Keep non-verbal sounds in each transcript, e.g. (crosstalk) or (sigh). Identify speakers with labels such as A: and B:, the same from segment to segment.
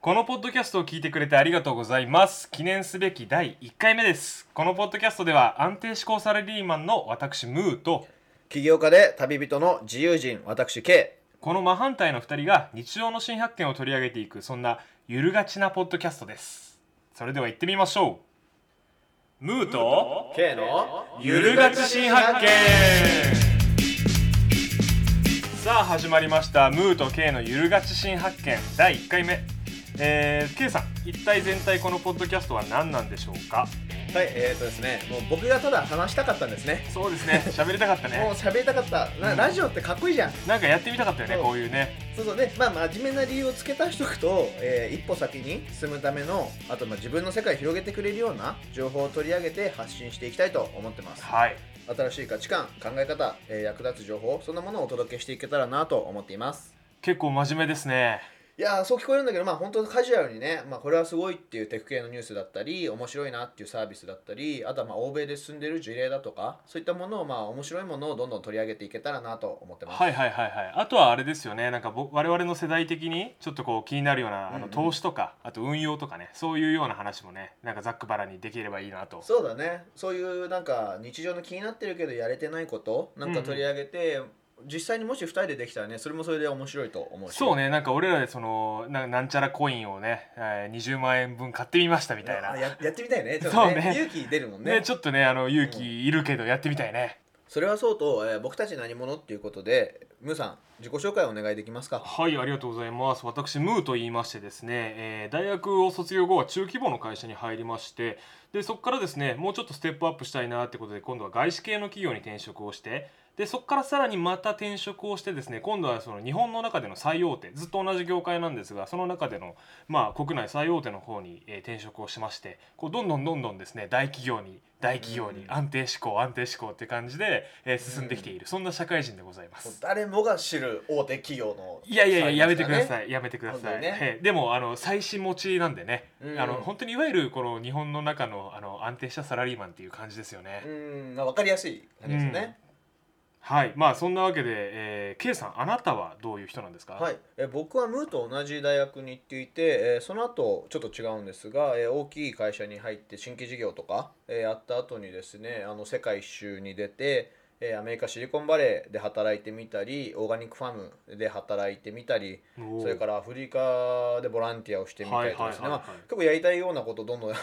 A: このポッドキャストを聞いてくれてありがとうございます記念すべき第1回目ですこのポッドキャストでは安定志向サラリーマンの私ムーと
B: 起業家で旅人の自由人私 K
A: この真反対の2人が日常の新発見を取り上げていくそんな揺るがちなポッドキャストですそれでは行ってみましょうムーと
B: K の
A: ゆるがち新発見さあ始まりましたムーと K のゆるがち新発見第1回目えー、K さん一体全体このポッドキャストは何なんでしょうか
B: はいえー、とですねもう僕がただ話したかったんですね
A: そうですね喋りたかった
B: もう
A: ね
B: 喋りたかったな
A: うん
B: ラジオってかっこいいじゃん
A: なんかやってみたかったよねこういうね
B: そうそうでまあ真面目な理由をつけたしとくと、えー一歩先に進むためのあとまあ自分の世界を広げてくれるような情報を取り上げて発信していきたいと思ってます
A: はい
B: 新しい価値観考え方、えー役立つ情報そんなものをお届けしていけたらなと思っています
A: 結構真面目ですね
B: いやーそう聞こえるんだけどまあ本当カジュアルにね、まあ、これはすごいっていうテク系のニュースだったり面白いなっていうサービスだったりあとはまあ欧米で進んでる事例だとかそういったものをまあ面白いものをどんどん取り上げていけたらなと思ってます。
A: はいはいはいはいあとはあれですよねなんか僕我々の世代的にちょっとこう気になるようなあ
B: うんう
A: の
B: ん
A: 投資とか、あと運用とかねそういうような話もねなんかざっくばらにできればいいなと
B: そうだねそういうなんか日常の気になってるけどやれてないことなんか取り上げて、実際にもし2人でできたらねそれもそれで面白いと思うし
A: そうねなんか俺らでそのななんちゃらコインをね、えー20万円分買ってみましたみ
B: み
A: たいな、
B: ややってみたいねちょっとね
A: そうね
B: 勇気出るもん
A: ねちょっとねあの勇気いるけどやってみたいね、
B: それはそうと、えー僕たち何者っていうことでムーさん自己紹介お願いできますか
A: はいありがとうございます私ムーと言いましてですね、えー大学を卒業後は中規模の会社に入りましてでそこからですねもうちょっとステップアップしたいなってことで今度は外資系の企業に転職をしてでそこからさらにまた転職をしてですね今度はその日本の中での最大手ずっと同じ業界なんですがその中での、まあ、国内最大手の方に、えー転職をしましてこうどんどんどんどんですね大企業に大企業に
B: うん
A: 安定志向安定志向って感じで、えー進んできているそんな社会人でございま
B: もう
A: す。
B: 誰もが知る大手企業の
A: いやいやいや、やめてくだ
B: い
A: さい、やめてくだ
B: 本
A: さ
B: 当
A: い。
B: にね
A: ええでも、あの、最新持ちなんでね、
B: うん
A: あの、本当にいわゆる、この日本の中の、あの、安定したサラリーマンっていう感じですよね。
B: うん分かりやすい感じですね、
A: はい、まあ、そんなわけで、えー、K さん、あなたはどういう人なんですか。
B: はい、え僕はムーと同じ大学に行っていて、えーその後ちょっと違うんですが、えー大きい会社に入って新規事業とか、えーやった後にですねあの世界一周に出て、えーアメリカシリコンバレーで働いてみたりオーガニックファームで働いてみたり
A: おー
B: それからアフリカでボランティアをしてみたりとかです
A: は
B: ね
A: いはいはいはい
B: まあ結構やりたいようなことをどん (laughs) どん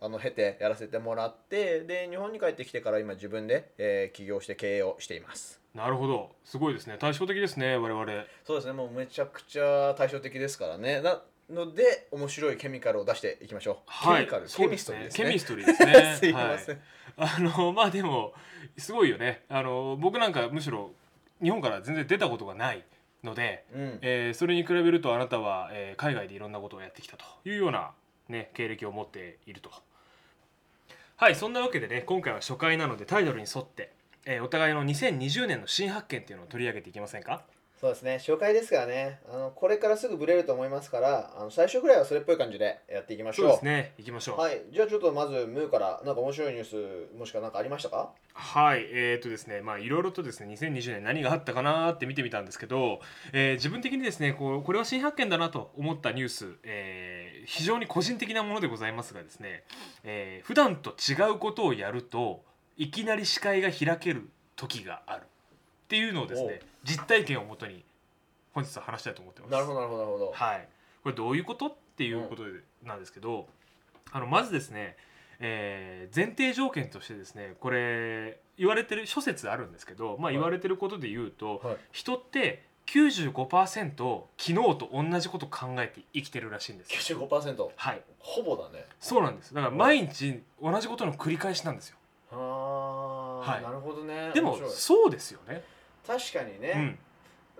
B: あの経てやらせてもらってで日本に帰ってきてから今自分で、えー起業して経営をしています
A: なるほど、すごいですね、対照的ですね、我々。
B: そうですねもうめちゃくちゃ対照的ですからねなので面白いケミカルを出していきましょう、
A: はい、
B: ケミカル
A: そ
B: ケ
A: う
B: ミ
A: で
B: ス
A: す
B: トリ
A: ね
B: ーで。すね
A: ケミストリーですね。
B: (laughs) すいませ
A: は
B: ん、
A: いあの、まあ、でも、すごいよね、あの、僕なんか、むしろ、日本から全然出たことがないので。
B: うん
A: えーそれに比べるとあなたは、えー海外でいろんなことをやってきたというような、ね、経歴を持っているとはいそんなわけでね今回は初回なのでタイトルに沿って、えーお互いの2020年の新発見っていうのを取り上げていきませんか
B: そうですね紹介ですからねあのこれからすぐブレると思いますからあの最初くらいはそれっぽい感じでやっていきまし
A: そ
B: ょ
A: う
B: う
A: ですねいきましょうはい、
B: はいじゃあちょっとまずムーからなんか面白いニュースもしくは何かありましたか
A: えー、とですねまあいろいろとですね2020年何があったかなーって見てみたんですけど、えー自分的にですねこうこれは新発見だなと思ったニュース、えー非常に個人的なものでございますがですね、えー普段と違うことをやるといきなり視界が開ける時があるっていうのをですね実体験をもとに本日は話したいと思ってます。
B: なるほどなるほどなるほど
A: はい、これどういうことっていうことでなんですけど、あのまずですね、えー前提条件としてですねこれ言われてる諸説あるんですけど、まあ、
B: はい
A: 言われてることで言うと、
B: はい
A: 人って95%昨日と同じこと考えて生きてるらしいんですよ。
B: 95%
A: はい、
B: ほぼだね
A: そうなんですだから毎日同じことの繰り返しなんですよ
B: あー、
A: はい
B: なるほどね
A: で
B: 面
A: も
B: 白い
A: そうですよね、
B: 確かに
A: う
B: ね、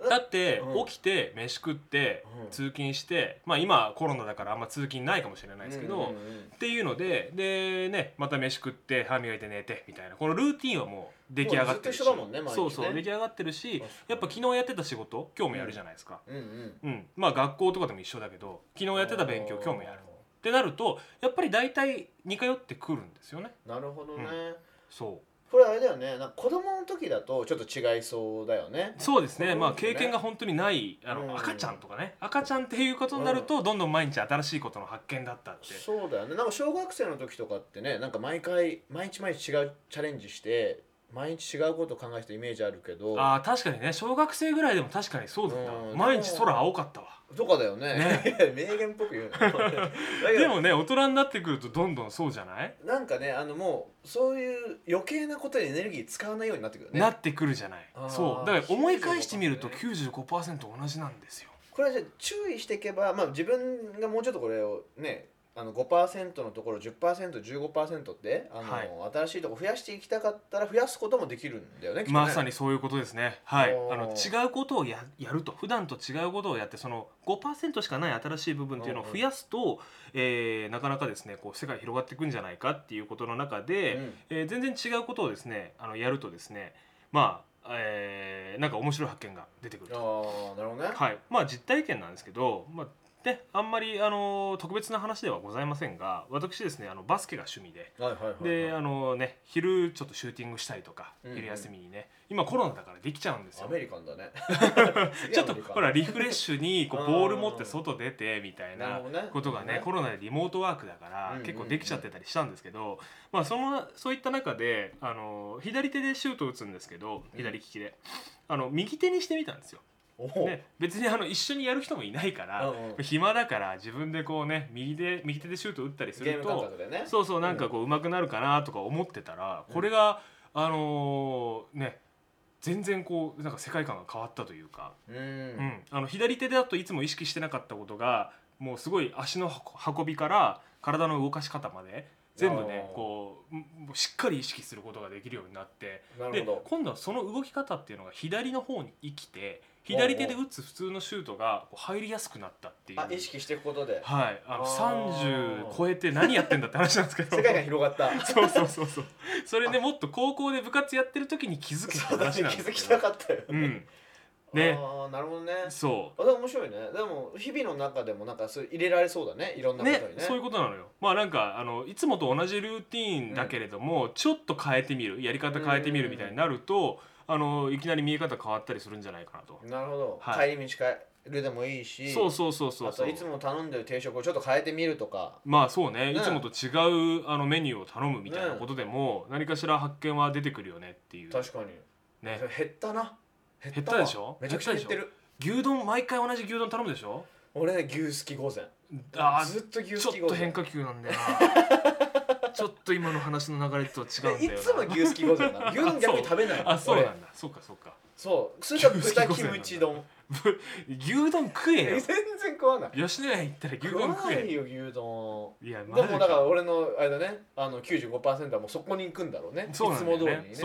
A: ん、だって
B: うん
A: 起きて飯食って
B: うん
A: 通勤してまあ今コロナだからあんま通勤ないかもしれないですけど、
B: うんうんうん
A: っていうのででねまた飯食って歯磨いて寝てみたいなこのルーティンはもう出来上がってるし
B: もうずっと一緒だもんね毎日ね
A: そうそう出来上がってるしやっぱ昨日やってた仕事今日もやるじゃないですか、
B: うんうん
A: うんまあ学校とかでも一緒だけど昨日やってた勉強今日もやるってなるとやっぱり大体似通ってくるんですよね
B: なるほどね、
A: そう
B: これあれだよねなんか子供の時だとちょっと違いそうだよね
A: そうですね
B: そうですね
A: まあ経験が本当にないあの、
B: うん
A: 赤ちゃんとかね赤ちゃんっていうことになると、どんどん毎日新しいことの発見だったって
B: そうだよねなんか小学生の時とかってねなんか毎回毎日毎日違うチャレンジして毎日違うことを考えてたイメージあるけど
A: ああ確かにね小学生ぐらいでも確かにそうだった、
B: うん
A: 毎日空青かったわ
B: とかだよね
A: ね
B: いや (laughs) 名言っぽく言うなだけど
A: でもね大人になってくるとどんどんそうじゃない、
B: なんかねあのもうそういう余計なことにエネルギー使わないようになってくるよね
A: なってくるじゃない
B: あー
A: そうだから思い返してみると
B: 95%
A: 95%同じなんですよ
B: これはじゃあ注意していけば、まあ、自分がもうちょっとこれをねあの5%のところ 10%15% ってあの、
A: はい
B: 新しいとこ増やしていきたかったら増やすこともできるんだよねきっとね
A: まさにそういうことですねはい
B: おー
A: あの違うことをややると普段と違うことをやってその5%しかない新しい部分っていうのを増やすと、えーなかなかですねこう世界広がっていくんじゃないかっていうことの中で、
B: うん
A: えー全然違うことをですねあのやるとですねまあ、えーなんか面白い発見が出てくると
B: ああなるほどね
A: はい、まあ実体験なんですけど、まあ、であんまりあの特別な話ではございませんが私ですねあのバスケが趣味で。
B: はいはいはいはい
A: であのね、昼ちょっとシューティングしたりとか
B: うんうん
A: 昼休みにね、今コロナだからできちゃうんです
B: ア
A: よ
B: メリカン
A: (laughs)
B: だね
A: ちょっとほらリフレッシュにこ
B: あ
A: う
B: ー
A: ボール持って外出てみたい
B: な
A: な
B: るほどね
A: ことがね
B: ね
A: コロナでリモートワークだか
B: うんうん
A: ら
B: うん
A: 結構できちゃってたりしたんですけど、まあ、そのそういった中であの左手でシュートを打つんですけど左利きであの右手にしてみたんですよ。
B: おお、
A: ね、別にあの一緒にやる人もいないから、
B: うんうん
A: 暇だから自分でこうね右で右手でシュート打ったりす
B: ゲー
A: る
B: ム感
A: と
B: 覚でね
A: そうそうなんかこう上手くなるかなとか思ってたら、これがあのーね全然こうなんか世界観が変わったというか、
B: うん、
A: うんあの左手だといつも意識してなかったことがもうすごい足の運びから体の動かし方まで全部ね
B: あー
A: こうもうしっかり意識することができるようになって
B: なる
A: で
B: ほど
A: 今度はその動き方っていうのが左の方に生きて左手で打つ普通のシュートがこう入りやすくなったっていう
B: あ意識していくことで
A: はいあの
B: あー
A: 30超えて何やってんだって話なんですけど
B: (laughs) 世界が広がった
A: (laughs) そうそうそうそうそれでもっと高校で部活やってる時に気づけた
B: そうだね
A: 話
B: 気
A: なんです
B: づき
A: け
B: た
A: ど
B: かったよ、
A: うんね
B: ああなるほどね
A: そ
B: あでも面白いねでも日々の中でもなんかそう入れられそうだねいろん
A: う
B: なことに
A: ね
B: ね
A: そういうことなのよまあなんかあのいつもと同じルーティーンだけれども、ちょっと変えてみるやり方変えてみるみたいになるとあのいきなり見え方変わったりするんじゃないかなと、
B: なるほど、
A: はい
B: 帰り道変えるでもいいし
A: そうそうそうそう
B: あといつも頼んでる定食をちょっと変えてみるとか
A: まあそうね
B: ね
A: いつもと違うあのメニューを頼むみたいなことでも、何かしら発見は出てくるよねっていう
B: 確かに、
A: ね
B: 減ったな減
A: 減ったでしょ
B: わめちゃくちゃ減ってる
A: 牛丼毎回同じ牛丼頼むでしょ
B: 俺ね牛すき御膳
A: あ
B: ずっと牛
A: ー
B: す
A: ちょ
B: き
A: っ
B: 御
A: と変
B: 膳
A: 化球なんだよ
B: (laughs)
A: なちょっと今の話の流れと違うん
B: えい
A: だよな
B: つも牛すき御
A: (laughs)
B: 膳なの牛丼逆に食べないの
A: あそうな
B: 俺
A: んだそうかそうか
B: そうそれか
A: 牛すき
B: 豚
A: 御
B: キ
A: 膳なんだ
B: ムチ丼
A: ぶ牛丼食え
B: 全
A: よ
B: 然食わない
A: 吉野家行ったら牛
B: 食わ
A: 丼食
B: な
A: え
B: いよ牛丼
A: いやマ
B: で
A: ジ
B: もだから俺のあれだねあの95%はもうそこに行くんだろうね
A: そうなんだよ
B: いつも通り
A: ね
B: にね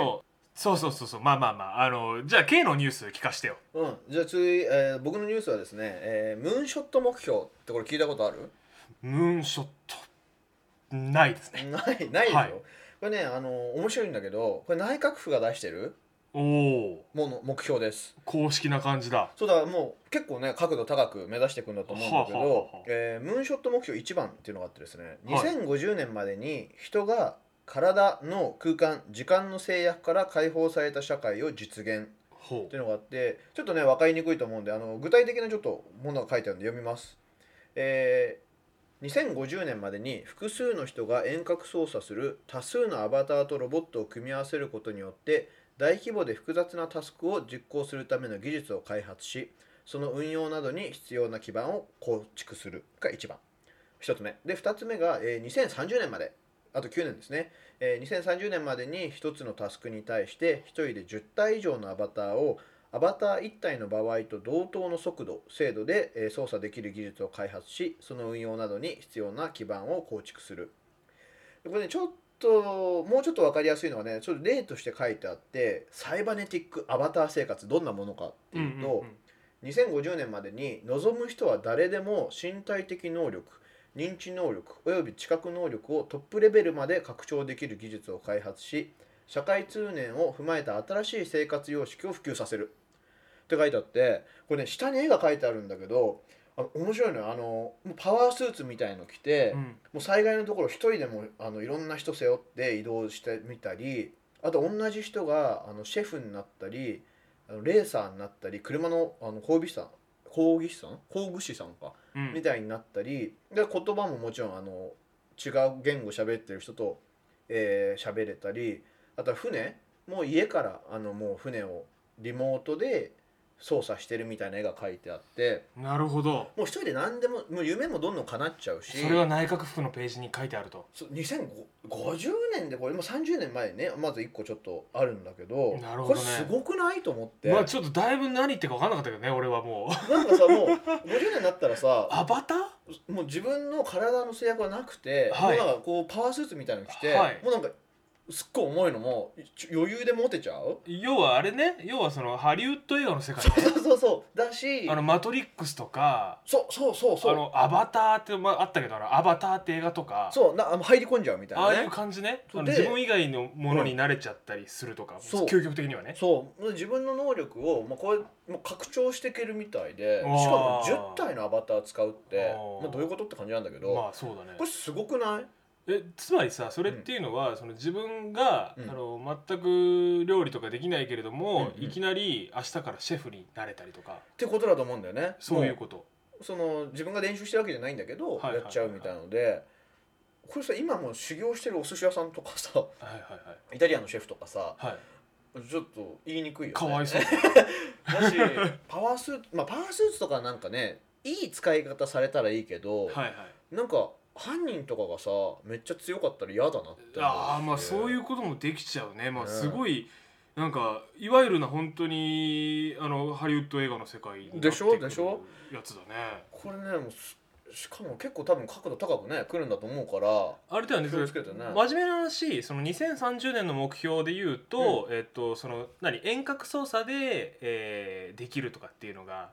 A: そうそうそうそうそうまあまあまああのじゃあ K のニュース聞かしてよ
B: う、ん、じゃあ次、えー僕のニュースはですね、えームーンショット目標ってこれ聞いたことある
A: ムーンショットないですね
B: ないないでしょ、
A: はい
B: これねあの面白いんだけどこれ内閣府が出してる
A: おお
B: もの目標です
A: 公式な感じだ
B: そうだからもう結構ね角度高く目指していくんだと思うんだけど、
A: はあはあはあ
B: えームーンショット目標1番っていうのがあってですね
A: はい
B: 2050年までに人が体の空間時間の制約から解放された社会を実現
A: ほ
B: っていうのがあってちょっとね分かりにくいと思うんであの具体的なちょっとものが書いてあるんで読みます、えー2050年までに複数の人が遠隔操作する多数のアバターとロボットを組み合わせることによって大規模で複雑なタスクを実行するための技術を開発しその運用などに必要な基盤を構築するが1番1つ目で2つ目が、えー2030年まであと9年ですね、えー2030年までに1つのタスクに対して1人で10体以上のアバターをアバター1体の場合と同等の速度精度でえー操作できる技術を開発しその運用などに必要な基盤を構築するでこれねちょっともうちょっと分かりやすいのはねちょっと例として書いてあってサイバネティックアバター生活どんなものかって
A: う
B: いうと、
A: ん
B: 2050年までに望む人は誰でも身体的能力認知能力および知覚能力をトップレベルまで拡張できる技術を開発し社会通念を踏まえた新しい生活様式を普及させるって書いてあってこれね下に絵が書いてあるんだけどあの面白いのよあのもうパワースーツみたいの着て、
A: うん
B: もう災害のところ一人でもあのいろんな人背負って移動してみたりあと同じ人があのシェフになったりあのレーサーになったり車のあの工具士さん工具士さん工具士さんか
A: うん
B: みたいになったりで言葉ももちろんあの違う言語喋ってる人とえー喋れたりあとは船もう家からあのもう船をリモートで操作してるみたいな絵が描いてあって
A: なるほど
B: もう一人で何でももう夢もどんどん叶っちゃうし
A: それが内閣府のページに書いてあると
B: そう2050年でこれもう30年前にねまず1個ちょっとあるんだけど
A: なるほどね
B: これすごくないと思って、
A: まあちょっとだいぶ何言ってるか分かんなかったけどね俺はもう (laughs)
B: なんかさもう50年になったらさ
A: アバター
B: もう自分の体の制約はなくて、
A: はい
B: もうなんかこうパワースーツみたいなの着て、
A: はい
B: もうなんかすっごい重いのもちょ余裕で持てちゃう
A: 要はあれね要はそのハリウッド映画の世界
B: そうそうそうそうだし
A: あのマトリックスとか
B: そうそうそう
A: あ
B: そう
A: のアバターって、まあ、あったけどあのアバターって映画とか
B: そうなあの入り込んじゃうみたい
A: ああい
B: な
A: う
B: ね
A: 感じねあ
B: そう
A: の
B: で
A: 自分以外のものに慣れちゃったりするとか、
B: そう
A: 究極的にはね
B: そう自分の能力を、まあ、これもう拡張していけるみたいで
A: あ
B: し
A: ー
B: かも10体のアバター使うって
A: あー
B: まあ、どういうことって感じなんだけど、
A: まあそうだね
B: これすごくない
A: えつまりさそれっていうのは、その自分が、
B: うん
A: あの全く料理とかできないけれども、
B: うんうん
A: いきなり明日からシェフになれたりとか
B: ってことだと思うんだよね
A: そういう
B: も
A: こと
B: うその自分が練習してるわけじゃないんだけ
A: はい
B: ど、
A: はいはい
B: やっちゃうみたいなのでこれさ今もう修行してるお寿司屋さんとかさ
A: はいはい
B: イタリアンのシェフとかさ
A: はいはい
B: ちょっと言いにくいよ、ね、
A: かわいそうだ
B: だしパワースーツまあパワースーツとかなんかねいい使い方されたらいいけど、
A: はいはい
B: なんか犯人とかがさめっちゃ強かったら嫌だなって思うし
A: ああまあそういうこともできちゃうねまあ
B: ね
A: すごい、なんかいわゆるな本当にあのハリウッド映画の世界になって
B: でしょ
A: くる
B: でしょ
A: やつだね
B: これねもうすしかも結構多分角度高くね来るんだと思うから
A: あれだよね
B: 気をつけてね
A: 真面目な話その2030年の目標で言うと、えっとその何遠隔操作で、えーできるとかっていうのが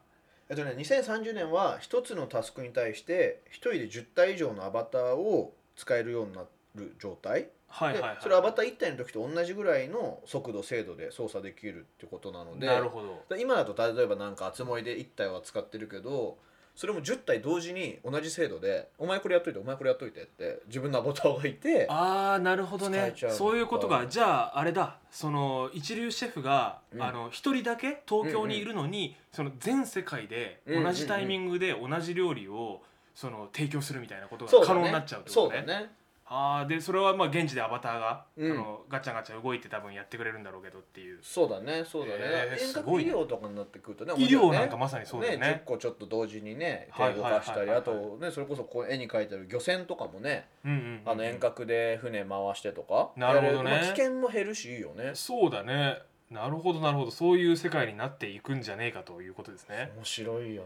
B: えっとね2030年は一つのタスクに対して一人で10体以上のアバターを使えるようになる状態
A: はい
B: で
A: はいはい
B: それアバター1体の時と同じぐらいの速度精度で操作できるってことなので
A: なるほど
B: だ今だと例えばなんか熱盛で1体は使ってるけどそれも10体同時に同じ精度で「お前これやっといてお前これやっといて」って自分のアバターがいて
A: ああなるほど
B: 使え
A: ね
B: ちゃうのか
A: そういうことがじゃああれだその一流シェフが
B: うん
A: あの一人だけ東京にいるのにその全世界で同じタイミングで同じ料理をその提供するみたいなこと
B: そう
A: が
B: だ
A: 可
B: ね
A: 能になっちゃうってこ
B: そう
A: と
B: だ
A: ね。
B: ね
A: あーでそれはまあ現地でアバターがあ
B: うん
A: のガチャガチャ動いて多分やってくれるんだろうけどっていう
B: そうだねそうだね、
A: えー
B: 遠
A: す
B: 隔
A: ごい
B: 医
A: ね
B: 療とかになってくるとね
A: 医
B: 面白い
A: 療
B: ね
A: なんかまさにそうだよ
B: ね
A: ね
B: 10。個ちょっと同時にね
A: は
B: 手
A: い
B: 動
A: はいはいはい
B: かしたりあとねそれこそこう絵に描いてある漁船とかもね
A: うんうんうん
B: あの遠隔で船回してとか
A: なるほどね
B: やまあ危険も減るしいいよね
A: そうだねなるほどなるほどそういう世界になっていくんじゃねえかということですね。
B: 面白いよ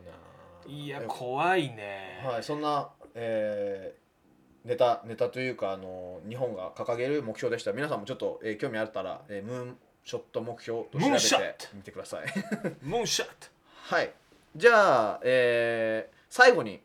B: ないい
A: や怖いね。
B: はい、そんな、えーネタネタというかあの日本が掲げる目標でした皆さんもちょっと、えー興味あったら、えームーンショット目標と
A: ム
B: 調
A: ーン
B: べ
A: ショッ
B: て
A: ト
B: みてください (laughs)
A: モンシャット
B: はいじゃあ、えー最後に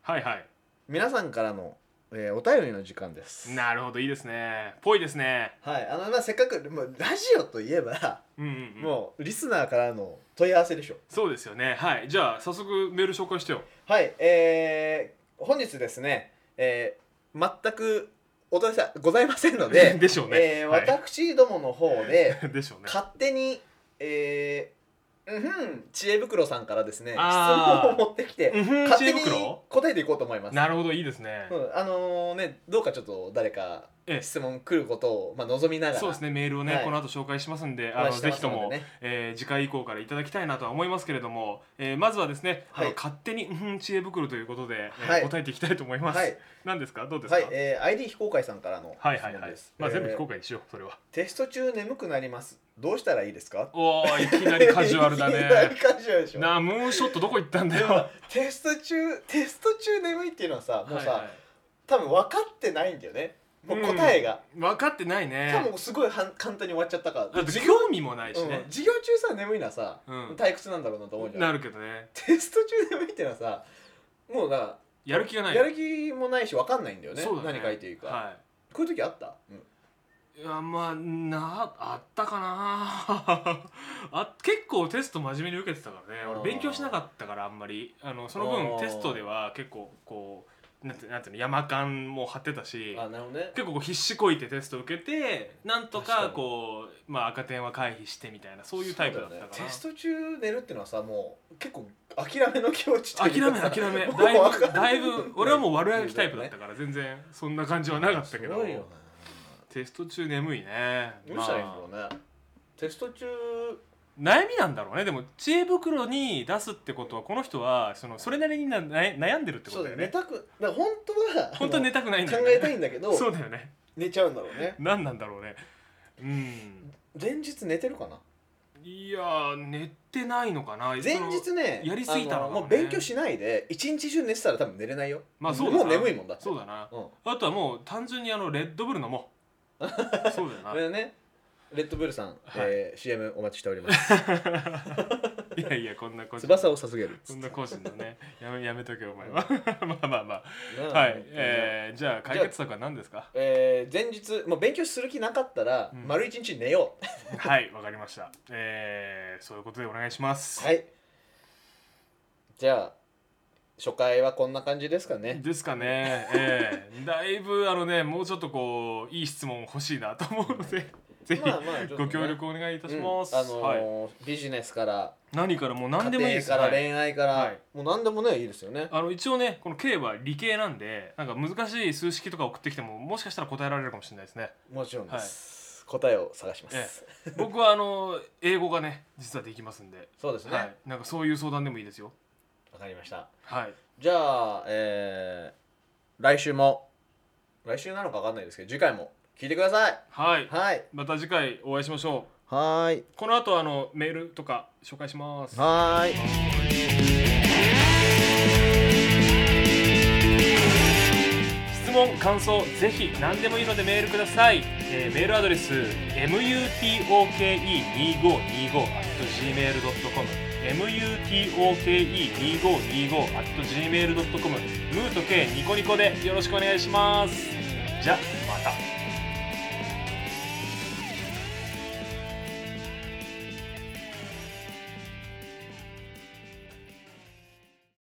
A: はいはい。
B: 皆さんからの、えーお便りの時間です
A: なるほどいいですねぽいですね
B: はいあの、まあ、せっかくもうラジオといえば、
A: うんうんうん、
B: もうリスナーからの問い合わせでしょ
A: そうですよねはいじゃあ早速メール紹介してよ
B: はい、えー本日ですね、えー全くお問い合わせございませんの
A: (laughs)
B: で
A: でしょうね、
B: えー
A: はい
B: 私どもの方で
A: (laughs) でしょうね
B: 勝手に、えーうんふん知恵袋さんからですね質
A: あー
B: 問を持ってきて
A: うんふん
B: 勝
A: 知恵
B: 手に
A: 袋
B: 答えていこうと思います。
A: なるほどいいですね、
B: うん、あのねどうかちょっと誰か
A: ええ
B: 質問来ることを、まあ、望みながら
A: そうですねメールをね、
B: はい
A: この後紹介しますんで
B: お
A: あ
B: 話
A: の
B: しして
A: ぜ
B: ま
A: ひ
B: す
A: と
B: のでね
A: も、えー次回以降からいただきたいなとは思いますけれども、えーまずはですね、あ
B: は
A: の
B: い
A: 勝手にうんうん知恵袋ということで、えー
B: はい
A: 答えていきたいと思います、
B: はい
A: 何ですかどうですか、
B: はい、えー ID 非公開さんからの質
A: はいはい
B: 問
A: はい
B: です。
A: まあ、
B: えー
A: 全部非公開にしようそれは
B: テスト中眠くなります。どうしたらいいですか？
A: おーいきなりカジュアルだ
B: (laughs) いきなり
A: ね
B: カジュアルでしょ。
A: なあムーンショットどこ行ったんだ
B: で
A: よ
B: もテスト中テスト中眠いっていうのはさ (laughs) もうさ、
A: はいはい
B: 多分分かってないんだよね。もう答えが。
A: 分かってないね
B: しかもすごいはん簡単に終わっちゃったから
A: だって
B: 授業,、
A: 興味もないし
B: うん
A: ね、
B: 授業中さ眠いのはさ、
A: うん
B: 退屈なんだろうなと思うじゃん
A: なるけどね
B: テスト中眠いってのはさもうだか
A: やる気が
B: ら
A: ない
B: やる気もないし分かんないんだよね
A: そうだね
B: 何書いていいか、
A: は
B: こういう時あった、うん
A: いいやまあなあったかな (laughs) あ結構テスト真面目に受けてたからね
B: あー
A: 俺勉強しなかったからあんまりあのその
B: あ
A: 分
B: ー
A: テストでは結構こうなんてなんていうの山間も張ってたし
B: あなるほどね
A: 結構こう必死こいてテスト受けてなんと
B: 確か
A: か
B: に
A: こうまあ赤点は回避してみたいなそういうタイプだったから、
B: そうよねテスト中寝るっていうのはさもう結構諦めの気持ちと
A: 諦
B: い
A: め
B: うかさ
A: 諦
B: (laughs)
A: め
B: もう
A: だい
B: わか
A: ぶ
B: んな
A: だいぶ俺はもう悪あきタイプだったから全然そんな感じはなかったけど
B: すごいよね
A: テスト中眠いね
B: どうしたらいいんだろうね、テスト中
A: まあ悩みなんだろうねでも知恵袋に出すってことはこの人はそのそれなりにな悩悩んでるってこ
B: そう
A: と
B: だ
A: だ
B: よ
A: よね
B: ね寝たくだから本当は
A: 本当は寝
B: た
A: たくないんだ
B: 考
A: よね
B: えたいんだけど
A: そうだよね
B: 寝ちゃうんだろうね
A: 何なんだろうねうん
B: 前日寝てるかない
A: やー寝てないのかな
B: 前日ね
A: やりすぎたのかもね
B: あもう勉強しないで一日中寝てたら多分寝れないよ
A: まあそうだ
B: も
A: な
B: う眠いもんだって
A: そうだな
B: うん
A: あとはもう単純にあのレッドブル飲もうそうだよ
B: (laughs)
A: な
B: これねレッドブルさん、
A: はい
B: えー CM お待ちしております
A: (laughs) いやいやこんな個人
B: 翼を授ける
A: こんな個人のねやめやめとけお前は (laughs) まあまあま
B: な
A: あ
B: あ
A: はい、えー、じゃあ解決策は何ですか
B: えー前日、まあ、勉強する気なかったら、
A: うん
B: 丸一日寝よう
A: はいわかりましたえー、そういうことでお願いし (laughs) ます、
B: はいじゃあ初回はこんな感じですかね
A: ですかねえー、だいぶあのねもうちょっとこういい質問欲しいなと思うのでぜひ
B: まあまあちょっとね
A: ご協力お願いいたします、
B: うんあの
A: はい、
B: ービジネスから
A: 何からもう何でもいいで
B: 家庭
A: す
B: から
A: はい
B: 恋愛から、
A: はい
B: もう何でもねいいですよね
A: あの一応ねこの K は理系なんでなんか難しい数式とか送ってきてももしかしたら答えられるかもしれない
B: (laughs)
A: ですね
B: もちろんです、答えを探します、
A: 僕はあの英語がね実はできますんで
B: そうですねわ、
A: はい、なんかそういう相談でもいいですよ。
B: かりました
A: はい、
B: じゃあえー来週も来週なのか分かんないですけど次回も聞いてください
A: はい、
B: はい
A: また次回お会いしましょ。
B: はーいう
A: この後あのメールとか紹介します。
B: はーい
A: 質問感想ぜひ何でもいいのでメールください、えーメールアドレス mutoke2525.gmail.com mutoke2525.gmail.com ムート K ニコニコでよろしくお願いしますじゃあまた